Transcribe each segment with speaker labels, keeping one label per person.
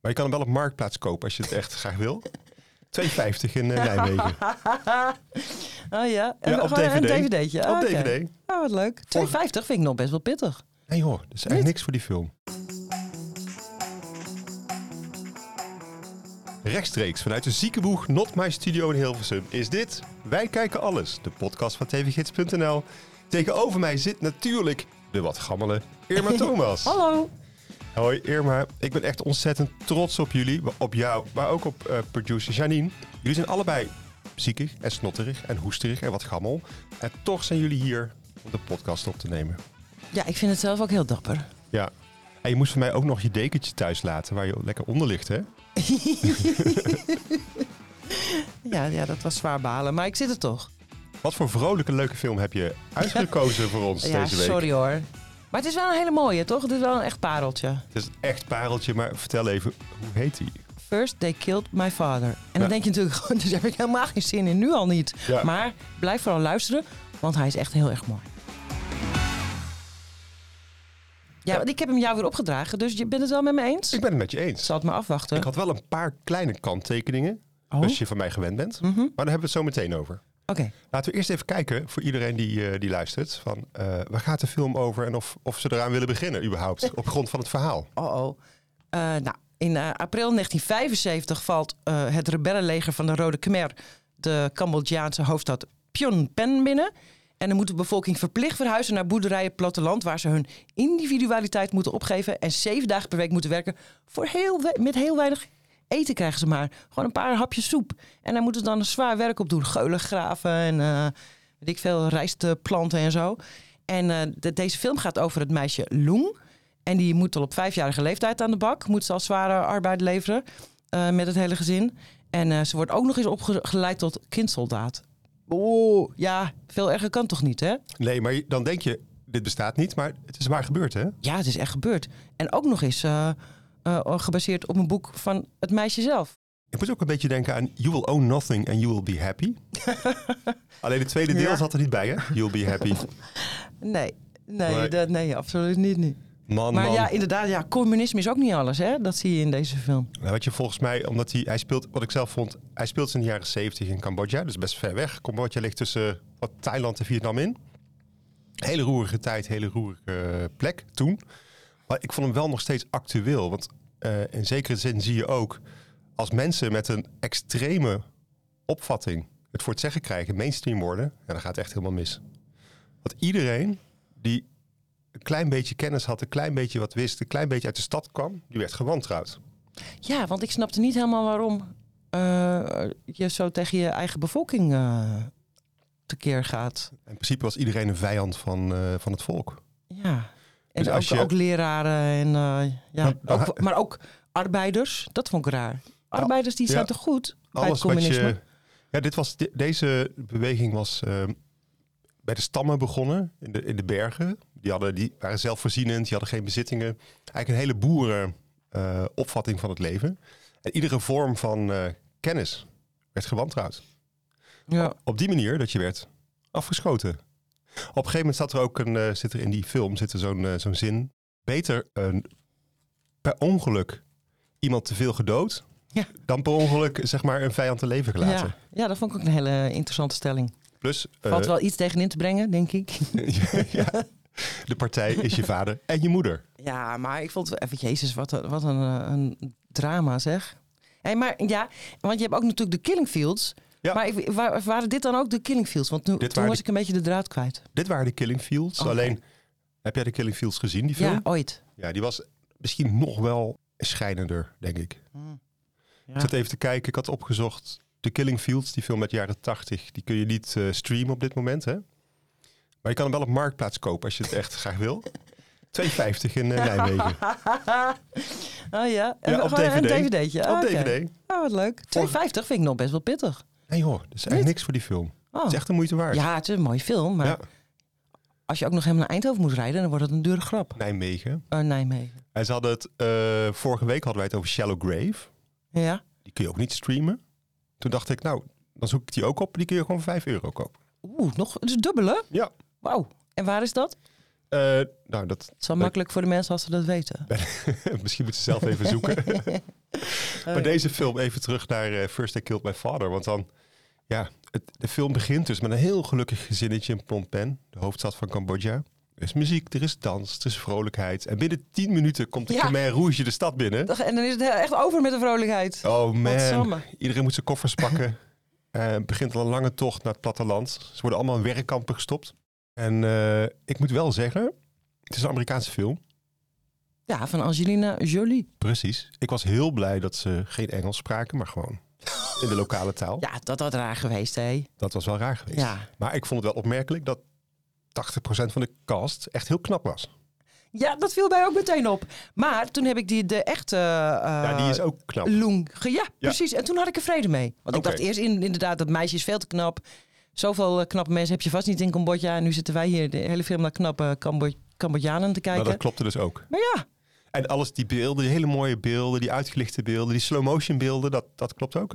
Speaker 1: Maar je kan hem wel op Marktplaats kopen als je het echt graag wil. 2,50 in eh, Nijmegen.
Speaker 2: Oh ja, en
Speaker 1: Ja, op
Speaker 2: gewoon een
Speaker 1: DVD.
Speaker 2: dvd'tje. Ah,
Speaker 1: op
Speaker 2: oké.
Speaker 1: DVD.
Speaker 2: Oh, wat leuk. 2,50 vind ik nog best wel pittig.
Speaker 1: Nee hoor, dat is
Speaker 2: Niet?
Speaker 1: eigenlijk niks voor die film. Rechtstreeks vanuit de ziekenboeg Not My Studio in Hilversum is dit Wij Kijken Alles, de podcast van tvgids.nl. Tegenover mij zit natuurlijk de wat gammele Irma Thomas.
Speaker 2: Hallo.
Speaker 1: Hoi Irma, ik ben echt ontzettend trots op jullie, op jou, maar ook op eh, producer Janine. Jullie zijn allebei ziekig en snotterig en hoesterig en wat gammel. En toch zijn jullie hier om de podcast op te nemen.
Speaker 2: Ja, ik vind het zelf ook heel dapper.
Speaker 1: Ja. En je moest voor mij ook nog je dekentje thuis laten waar je lekker onder ligt, hè?
Speaker 2: Ja, ja, dat was zwaar balen, maar ik zit er toch.
Speaker 1: Wat voor vrolijke, leuke film heb je uitgekozen voor ons
Speaker 2: Ja,
Speaker 1: deze week?
Speaker 2: sorry hoor. Maar het is wel een hele mooie, toch? Het is wel een echt pareltje.
Speaker 1: Het is echt pareltje, maar vertel even, hoe heet die?
Speaker 2: First they killed my father. En
Speaker 1: Ja.
Speaker 2: dan denk je natuurlijk gewoon, dus heb ik helemaal geen zin in, nu al niet.
Speaker 1: Ja.
Speaker 2: Maar blijf vooral luisteren, want hij is echt heel erg mooi. Ja, want ik heb hem jou weer opgedragen, dus je bent het wel met me eens?
Speaker 1: Ik ben het met je eens.
Speaker 2: zal het maar afwachten.
Speaker 1: Ik had wel een paar kleine kanttekeningen,
Speaker 2: Oh.
Speaker 1: als je van mij gewend bent.
Speaker 2: Mhm.
Speaker 1: Maar daar hebben we het zo meteen over.
Speaker 2: Oké.
Speaker 1: Laten we eerst even kijken, voor iedereen die, eh, die luistert, van eh, waar gaat de film over en of, of ze eraan willen beginnen überhaupt, op grond van het verhaal.
Speaker 2: Oh oh. Eh, nou, in eh, april 1975 valt eh, het rebellenleger van de Rode Khmer de Cambodjaanse hoofdstad Phnom Penh binnen. En dan moet de bevolking verplicht verhuizen naar boerderijen platteland, waar ze hun individualiteit moeten opgeven en zeven dagen per week moeten werken. Voor heel we- met heel weinig eten krijgen ze maar. Gewoon een paar hapjes soep. En daar moeten ze dan zwaar werk op doen. Geulen graven en eh weet ik veel, rijst eh, planten en zo. En eh, de- deze film gaat over het meisje Loeng. En die moet al op vijfjarige leeftijd aan de bak. Moet ze al zware arbeid leveren eh, met het hele gezin. En eh, ze wordt ook nog eens opgeleid tot kindsoldaat. Oeh, ja, veel erger kan toch niet, hè?
Speaker 1: Nee, maar je- dan denk je, dit bestaat niet, maar het is waar gebeurd, hè?
Speaker 2: Ja, het is echt gebeurd. En ook nog eens eh, eh, gebaseerd op een boek van het meisje zelf.
Speaker 1: Ik moet ook een beetje denken aan You will own nothing and you will be happy. Alleen het tweede deel
Speaker 2: Ja.
Speaker 1: zat er niet bij, hè? You'll be happy.
Speaker 2: Nee, nee,
Speaker 1: Nee.
Speaker 2: Dat, nee absoluut niet. niet.
Speaker 1: Man,
Speaker 2: Maar
Speaker 1: man.
Speaker 2: ja, inderdaad, ja, communisme is ook niet alles, hè? Dat zie je in deze film.
Speaker 1: Nou, Weet je, volgens mij, omdat hij, hij speelt, wat ik zelf vond, hij speelt in de jaren 70 in Cambodja, dus best ver weg. Cambodja ligt tussen wat, Thailand en Vietnam in. Hele roerige tijd, hele roerige eh, plek toen. Maar ik vond hem wel nog steeds actueel, want eh, in zekere zin zie je ook als mensen met een extreme opvatting het voor het zeggen krijgen, mainstream worden, ja, dan gaat het echt helemaal mis. Want iedereen die een klein beetje kennis had, een klein beetje wat wist, een klein beetje uit de stad kwam, die werd gewantrouwd.
Speaker 2: Ja, want ik snapte niet helemaal waarom eh, je zo tegen je eigen bevolking eh, tekeer gaat.
Speaker 1: In principe was iedereen een vijand van, eh, van het volk.
Speaker 2: Ja. En
Speaker 1: Dus
Speaker 2: ook,
Speaker 1: als je-
Speaker 2: ook leraren en eh, ja,
Speaker 1: dan-
Speaker 2: ook- maar ook arbeiders. Dat vond ik raar. Arbeiders die zijn
Speaker 1: Nou, ja,
Speaker 2: toch goed bij het
Speaker 1: Alles wat
Speaker 2: communisme.
Speaker 1: je. Ja, dit was, de- deze beweging was eh, bij de stammen begonnen, in de, in de bergen. Die, hadden, die waren zelfvoorzienend, die hadden geen bezittingen. Eigenlijk een hele boeren eh, opvatting van het leven. En iedere vorm van eh, kennis werd gewantrouwd.
Speaker 2: Ja.
Speaker 1: Op die manier dat je werd afgeschoten. Op een gegeven moment zat er ook een, eh, zit er in die film zit er zo'n eh, zo'n zin. Beter een, per ongeluk iemand te veel gedood.
Speaker 2: Ja.
Speaker 1: Dan per ongeluk zeg maar een vijand te leven gelaten.
Speaker 2: Ja. ja, dat vond ik ook een hele interessante stelling.
Speaker 1: Plus, eh,
Speaker 2: Valt wel iets tegenin te brengen, denk ik.
Speaker 1: ja, de partij is je vader en je moeder.
Speaker 2: Ja, maar ik vond het even, jezus, wat een, wat een, eh, een drama zeg. Hey, maar ja, want je hebt ook natuurlijk de Killing Fields.
Speaker 1: Ja.
Speaker 2: Maar ik, wa- waren dit dan ook de Killing Fields? Want nu,
Speaker 1: Dit
Speaker 2: toen
Speaker 1: waren
Speaker 2: was
Speaker 1: de-
Speaker 2: ik een beetje de draad kwijt.
Speaker 1: Dit waren de Killing Fields.
Speaker 2: Oh, Oké.
Speaker 1: Alleen, heb jij de Killing Fields gezien, die film?
Speaker 2: Ja, ooit.
Speaker 1: Ja, die was misschien nog wel schijnender, denk ik. Ik zat even te kijken, ik had opgezocht. The Killing Fields, die film uit de jaren 80, die kun je niet eh, streamen op dit moment, hè? Maar je kan hem wel op Marktplaats kopen als je het echt graag wil. 2,50 in eh, Nijmegen.
Speaker 2: oh ja, en
Speaker 1: Ja, op
Speaker 2: gewoon een
Speaker 1: DVD.
Speaker 2: dvd'tje. Ah,
Speaker 1: op
Speaker 2: oké.
Speaker 1: DVD.
Speaker 2: Ah, wat leuk. 2,50 vind ik nog best wel pittig.
Speaker 1: Nee hoor, dat is
Speaker 2: Niet?
Speaker 1: echt niks voor die film.
Speaker 2: Oh.
Speaker 1: Het is echt een moeite waard.
Speaker 2: Ja, het is een mooie film, maar
Speaker 1: Ja,
Speaker 2: als je ook nog helemaal naar Eindhoven moet rijden, dan wordt het een dure grap.
Speaker 1: Nijmegen.
Speaker 2: Eh, Nijmegen.
Speaker 1: En ze hadden het, eh, vorige week hadden wij het over Shallow Grave.
Speaker 2: Ja.
Speaker 1: Die kun je ook niet streamen. Toen dacht ik, nou, dan zoek ik die ook op. Die kun je gewoon voor 5 euro kopen.
Speaker 2: Oeh, nog het is dubbele.
Speaker 1: Ja.
Speaker 2: Wauw. En waar is dat?
Speaker 1: Eh, nou, dat
Speaker 2: Het is wel
Speaker 1: Leuk.
Speaker 2: makkelijk voor de mensen als ze dat weten.
Speaker 1: misschien moeten ze zelf even zoeken. Maar deze film even terug naar eh, First I Killed My Father. Want dan, ja, het, de film begint dus met een heel gelukkig gezinnetje in Phnom Penh, de hoofdstad van Cambodja. Er is muziek, er is dans, er is vrolijkheid. En binnen 10 minuten komt de
Speaker 2: Ja.
Speaker 1: Khmer Rouge de stad binnen.
Speaker 2: Dag, En dan is het echt over met de vrolijkheid.
Speaker 1: Oh man,
Speaker 2: Godsamme.
Speaker 1: iedereen moet zijn koffers pakken. Eh, Het begint al een lange tocht naar het platteland. Ze worden allemaal in werkkampen gestopt. En eh, ik moet wel zeggen, het is een Amerikaanse film.
Speaker 2: Ja, van Angelina Jolie.
Speaker 1: Precies. Ik was heel blij dat ze geen Engels spraken, maar gewoon in de lokale taal.
Speaker 2: Ja, dat had raar geweest, hè?
Speaker 1: Dat was wel raar geweest.
Speaker 2: Ja.
Speaker 1: Maar ik vond het wel opmerkelijk dat 80% van de cast echt heel knap was.
Speaker 2: Ja, dat viel mij ook meteen op. Maar toen heb ik die, de echte eh
Speaker 1: ja, die is ook knap.
Speaker 2: Loeng ge- Ja, precies. En toen had ik er vrede mee. Want ik
Speaker 1: Oké.
Speaker 2: dacht eerst in, inderdaad, dat meisje is veel te knap. Zoveel eh, knappe mensen heb je vast niet in Cambodja. En nu zitten wij hier de hele film naar knappe Cambo- Cambodjanen te kijken.
Speaker 1: Maar dat klopte dus ook.
Speaker 2: Maar ja,
Speaker 1: En alles, die beelden, die hele mooie beelden, die uitgelichte beelden, die slow-motion beelden, dat, dat klopt ook.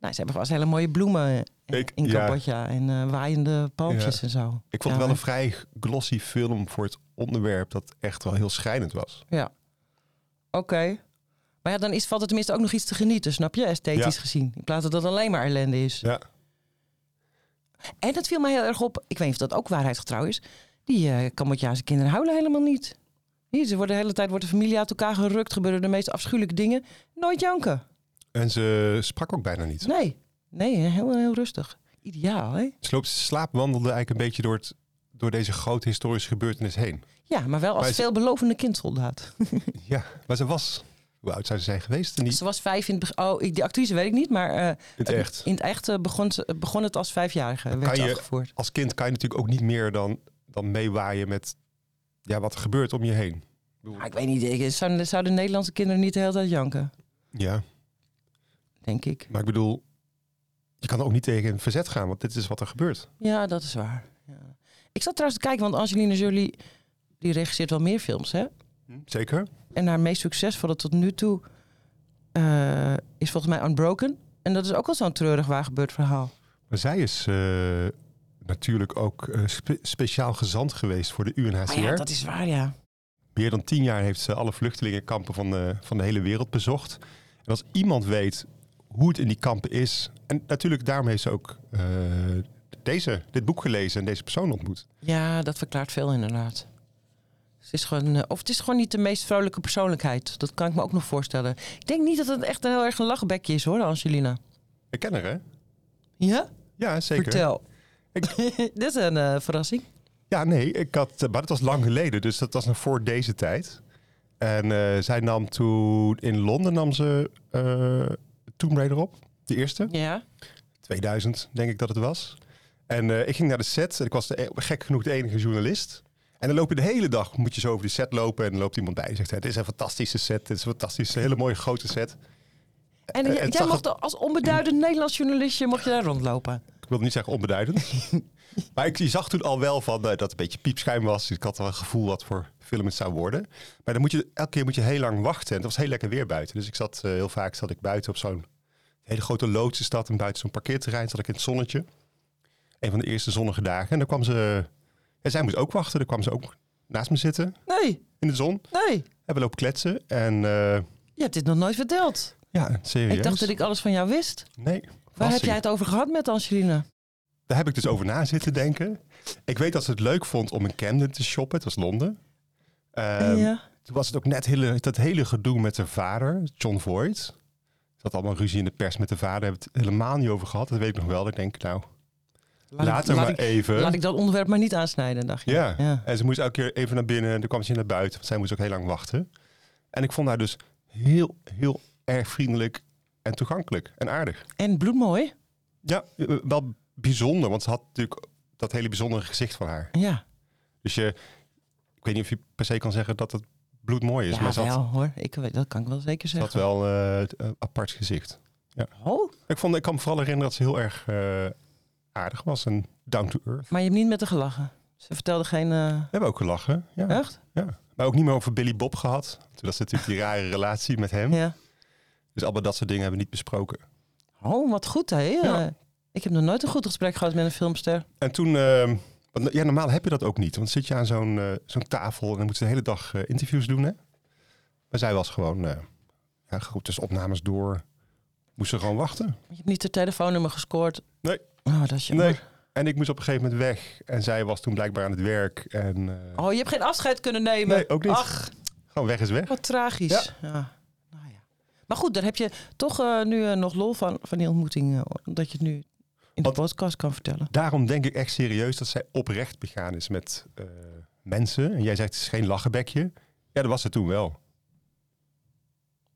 Speaker 2: nou, ze hebben vast hele mooie bloemen eh,
Speaker 1: Ik-
Speaker 2: in
Speaker 1: ja.
Speaker 2: Cambodja. En eh, waaiende palmpjes
Speaker 1: Ja.
Speaker 2: en zo.
Speaker 1: Ik vond het wel
Speaker 2: Ja, hè?
Speaker 1: een vrij glossy film voor het onderwerp dat echt wel heel schrijnend was.
Speaker 2: Ja. Oké. Maar ja, dan is, valt er tenminste ook nog iets te genieten, snap je? Esthetisch
Speaker 1: Ja.
Speaker 2: gezien. In plaats dat dat alleen maar ellende is.
Speaker 1: Ja.
Speaker 2: En dat viel mij heel erg op. Ik weet niet of dat ook waarheidsgetrouw is. Die eh Cambodjaanse kinderen huilen helemaal niet. Hier, ze worden de hele tijd wordt de familie uit elkaar gerukt. Gebeuren de meest afschuwelijke dingen. Nooit janken.
Speaker 1: En ze sprak ook bijna niet.
Speaker 2: Nee. Nee, heel, heel rustig. Ideaal, hè?
Speaker 1: Ze loopt, ze slaapwandelde eigenlijk een beetje door, het, door deze grote historische gebeurtenis heen.
Speaker 2: Ja, maar wel als
Speaker 1: Maar ze-
Speaker 2: veelbelovende kindsoldaat.
Speaker 1: Ja, maar ze was... Hoe oud zou ze zijn geweest? Niet
Speaker 2: Ze was vijf in het begin. Oh, ik, die actrice weet ik niet, maar eh,
Speaker 1: in het echt.
Speaker 2: in het echt eh, begon, ze- begon het als vijfjarige. Werd
Speaker 1: kan
Speaker 2: ze
Speaker 1: je-
Speaker 2: afgevoerd.
Speaker 1: als kind kan je natuurlijk ook niet meer dan, dan meewaaien met ja, wat er gebeurt om je heen.
Speaker 2: Maar ik weet niet, ik- zou- zouden Nederlandse kinderen niet de hele tijd janken?
Speaker 1: Ja,
Speaker 2: Denk ik.
Speaker 1: maar ik bedoel, je kan er ook niet tegen in verzet gaan, want dit is wat er gebeurt.
Speaker 2: Ja, dat is waar. Ja. Ik zat trouwens te kijken, want Angelina Jolie, die regisseert wel meer films, hè?
Speaker 1: Hm? Zeker?
Speaker 2: En haar meest succesvolle tot nu toe eh, is volgens mij Unbroken. En dat is ook al zo'n treurig waar gebeurd verhaal.
Speaker 1: Maar zij is eh, natuurlijk ook eh, spe- speciaal gezant geweest voor de UNHCR.
Speaker 2: Maar ja, dat is waar, ja.
Speaker 1: Meer dan tien jaar heeft ze alle vluchtelingenkampen van de, van de hele wereld bezocht. En als iemand weet hoe het in die kampen is... En natuurlijk daarom heeft ze ook eh, deze, dit boek gelezen en deze persoon ontmoet.
Speaker 2: Ja, dat verklaart veel inderdaad. Het is gewoon, eh, of het is gewoon niet de meest vrolijke persoonlijkheid. Dat kan ik me ook nog voorstellen. Ik denk niet dat het echt een heel erg een lachbekje is, hoor, Angelina.
Speaker 1: Ik ken haar, hè?
Speaker 2: Ja?
Speaker 1: Ja, zeker.
Speaker 2: Vertel.
Speaker 1: Ik-
Speaker 2: Dit is een eh, verrassing.
Speaker 1: Ja, nee, ik had, eh, maar dat was lang geleden, dus dat was nog voor deze tijd. En eh, zij nam toen in Londen nam ze eh Tomb Raider op, de eerste,
Speaker 2: Ja.
Speaker 1: 2000 denk ik dat het was. En eh, ik ging naar de set en ik was de, e- gek genoeg de enige journalist. En dan loop je de hele dag, moet je zo over die set lopen en dan loopt iemand bij en zegt: "Hè, Dit is een fantastische set, dit is een fantastische, hele mooie grote set.
Speaker 2: En
Speaker 1: Eh, het
Speaker 2: j- jij
Speaker 1: zag
Speaker 2: mocht als onbeduidend Nederlands journalistje mocht je daar rondlopen.
Speaker 1: Ik wil niet zeggen onbeduidend. maar ik zag toen al wel van, eh, dat het een beetje piepschuim was. Dus ik had wel een gevoel wat voor film het zou worden. Maar dan moet je, elke keer moet je heel lang wachten. En het was heel lekker weer buiten. Dus ik zat eh, heel vaak zat ik buiten op zo'n hele grote loodse stad. En buiten zo'n parkeerterrein zat ik in het zonnetje. Een van de eerste zonnige dagen. En dan kwam ze... En zij moest ook wachten. Dan kwam ze ook naast me zitten
Speaker 2: Nee,
Speaker 1: in de zon.
Speaker 2: nee.
Speaker 1: En we lopen kletsen. En eh,
Speaker 2: Je hebt dit nog nooit verteld.
Speaker 1: ja, serieus.
Speaker 2: Ik dacht dat ik alles van jou wist.
Speaker 1: Nee.
Speaker 2: Waar heb
Speaker 1: verrassing.
Speaker 2: jij het over gehad met Angelina?
Speaker 1: Daar heb ik dus over na zitten denken. Ik weet dat ze het leuk vond om in Camden te shoppen. Het was Londen. Ehm,
Speaker 2: ja.
Speaker 1: Toen was het ook net hele, dat hele gedoe met haar vader, John Voight. Er zat allemaal ruzie in de pers met de vader. Daar hebben we het helemaal niet over gehad. Dat weet ik nog wel. Ik denk, nou,
Speaker 2: Laat,
Speaker 1: later
Speaker 2: ik,
Speaker 1: maar
Speaker 2: laat, ik,
Speaker 1: even.
Speaker 2: laat ik dat onderwerp maar niet aansnijden, dacht je.
Speaker 1: Ja.
Speaker 2: Ja.
Speaker 1: En ze moest elke keer even naar binnen. En toen kwam ze naar buiten. Want zij moest ook heel lang wachten. En ik vond haar dus heel, heel erg vriendelijk en toegankelijk en aardig.
Speaker 2: En bloedmooi.
Speaker 1: Ja, eh, wel bijzonder. Want ze had natuurlijk dat hele bijzondere gezicht van haar.
Speaker 2: Ja,
Speaker 1: Dus je, ik weet niet of je per se kan zeggen dat het bloedmooi is,
Speaker 2: ja
Speaker 1: maar ze had,
Speaker 2: wel hoor. Ik, weet- dat kan ik wel zeker
Speaker 1: ze had
Speaker 2: zeggen.
Speaker 1: wel eh, het, eh, apart gezicht.
Speaker 2: Oh,
Speaker 1: Ik, vond, ik kan me vooral herinneren dat ze heel erg eh, aardig was en down to earth.
Speaker 2: maar je hebt niet met haar gelachen. Ze vertelde geen... eh,
Speaker 1: We hebben ook gelachen, ja.
Speaker 2: Echt?
Speaker 1: Maar ook niet meer over Billy Bob gehad. Toen was natuurlijk die rare relatie met hem.
Speaker 2: Ja.
Speaker 1: Dus allemaal dat soort dingen hebben we niet besproken.
Speaker 2: Oh, wat goed hè.
Speaker 1: Ja.
Speaker 2: Eh, Ik heb nog nooit een goed gesprek gehad met een filmster.
Speaker 1: En toen, eh, want, ja, normaal heb je dat ook niet. Want dan zit je aan zo'n eh, zo'n tafel en dan moeten ze de hele dag eh, interviews doen, hè. Maar zij was gewoon eh, ja, goed, dus opnames door. Moesten gewoon wachten.
Speaker 2: Je hebt niet het telefoonnummer gescoord.
Speaker 1: Nee.
Speaker 2: Oh, dat is jammer.
Speaker 1: Nee. En ik moest op een gegeven moment weg. En zij was toen blijkbaar aan het werk. En eh,
Speaker 2: Oh, je hebt geen afscheid kunnen nemen.
Speaker 1: Nee, ook niet.
Speaker 2: Ach,
Speaker 1: gewoon weg is weg.
Speaker 2: wat tragisch. Ja. Nou ja. Maar goed, daar heb je toch eh, nu eh, nog lol van, van die ontmoeting. eh, omdat je het nu in de
Speaker 1: Want-
Speaker 2: podcast kan vertellen.
Speaker 1: Daarom denk ik echt serieus dat zij oprecht begaan is met eh, mensen. En jij zegt het is geen lachenbekje. Ja, dat was ze toen wel.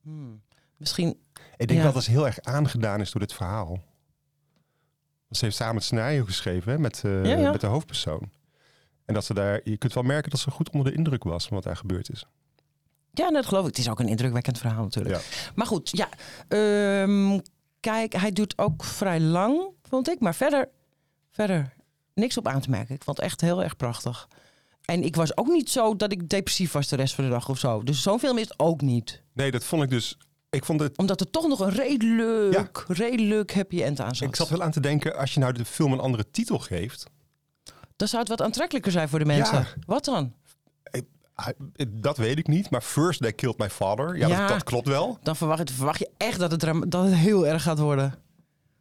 Speaker 2: Hmm. Misschien,
Speaker 1: Ik denk
Speaker 2: Ja.
Speaker 1: dat dat heel erg aangedaan is door dit verhaal. Want ze heeft samen het scenario geschreven hè, met, eh,
Speaker 2: Ja, ja.
Speaker 1: met de hoofdpersoon. En dat ze daar, je kunt wel merken dat ze goed onder de indruk was van wat daar gebeurd is.
Speaker 2: ja, nee, dat geloof ik. Het is ook een indrukwekkend verhaal natuurlijk.
Speaker 1: Ja.
Speaker 2: Maar goed, ja. Ehm, kijk, hij doet ook vrij lang, vond ik. Maar verder, verder niks op aan te merken. Ik vond het echt heel erg prachtig. En ik was ook niet zo dat ik depressief was de rest van de dag of zo. Dus zo'n film is het ook niet.
Speaker 1: Nee, dat vond ik dus. Ik vond het.
Speaker 2: Omdat er toch nog een redelijk, redelijk happy end aan zat.
Speaker 1: Ik zat wel aan te denken, als je nou de film een andere titel geeft.
Speaker 2: Dan zou het wat aantrekkelijker zijn voor de mensen.
Speaker 1: Ja.
Speaker 2: Wat dan?
Speaker 1: ah, Dat weet ik niet, maar First They Killed My Father. Ja,
Speaker 2: Ja.
Speaker 1: Dat, dat klopt wel.
Speaker 2: Dan verwacht, verwacht je echt dat het, drama- dat het heel erg gaat worden.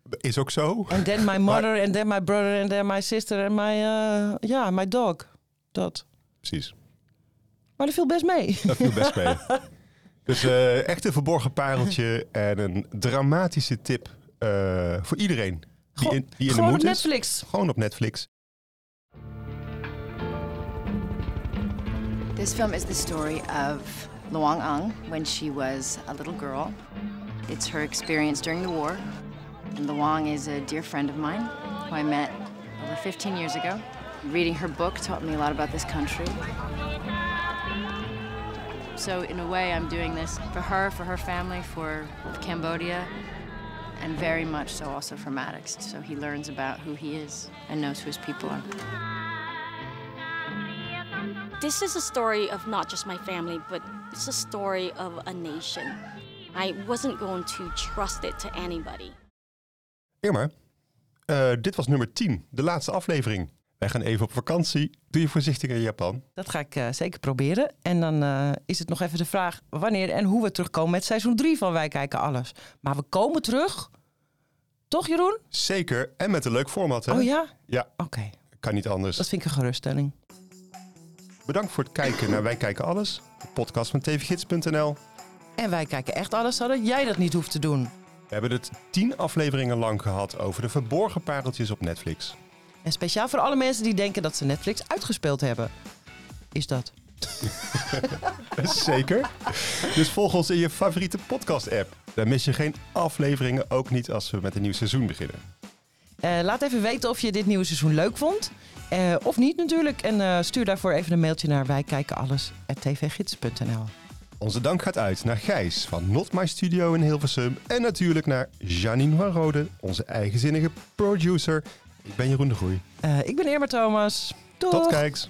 Speaker 1: Is ook zo.
Speaker 2: And then my mother, and then my brother, and then my sister, and my, eh, ja, my dog. Dat.
Speaker 1: Precies.
Speaker 2: Maar dat viel best mee.
Speaker 1: Dat viel best mee. Dus eh, echt een verborgen pareltje en een dramatische tip eh, voor iedereen die
Speaker 2: Goh,
Speaker 1: in, die in de
Speaker 2: Gewoon op
Speaker 1: moed is.
Speaker 2: Netflix.
Speaker 1: Gewoon op Netflix.
Speaker 3: This film is the story of Luang Ang when she was a little girl. It's her experience during the war. And Luang is a dear friend of mine who I met over 15 years ago. Reading her book taught me a lot about this country. So, in a way, I'm doing this for her, for her family, for Cambodia, and very much so also for Maddox. So he learns about who he is and knows who his people are.
Speaker 4: This is a story of not just my family, but it's a story of a nation. I wasn't going to trust it to anybody.
Speaker 1: Irma, eh, dit was nummer 10, de laatste aflevering. Wij gaan even op vakantie. Doe je voorzichtig in Japan.
Speaker 2: Dat ga ik eh, zeker proberen. En dan eh, is het nog even de vraag wanneer en hoe we terugkomen met seizoen 3 van Wij Kijken Alles. Maar we komen terug. Toch, Jeroen?
Speaker 1: Zeker. En met een leuk format, hè?
Speaker 2: Oh ja? Oké,
Speaker 1: Ja, kan niet anders.
Speaker 2: dat vind ik een geruststelling.
Speaker 1: Bedankt voor het kijken naar Wij Kijken Alles. De podcast van tvgids.nl.
Speaker 2: En wij kijken echt alles zodat jij dat niet hoeft te doen.
Speaker 1: We hebben het tien afleveringen lang gehad over de verborgen pareltjes op Netflix.
Speaker 2: En speciaal voor alle mensen die denken dat ze Netflix uitgespeeld hebben. Is dat.
Speaker 1: Zeker. Dus volg ons in je favoriete podcast-app. Dan mis je geen afleveringen, ook niet als we met een nieuw seizoen beginnen.
Speaker 2: Eh, laat even weten of je dit nieuwe seizoen leuk vond. Eh, of niet natuurlijk. En eh, stuur daarvoor even een mailtje naar wijkijkenalles.tvgids.nl
Speaker 1: Onze dank gaat uit naar Gijs van Not My Studio in Hilversum. En natuurlijk naar Janine van Rode, onze eigenzinnige producer. Ik ben Jeroen de Groei.
Speaker 2: Eh, ik ben Irma Thomas. Doeg!
Speaker 1: Tot kijks.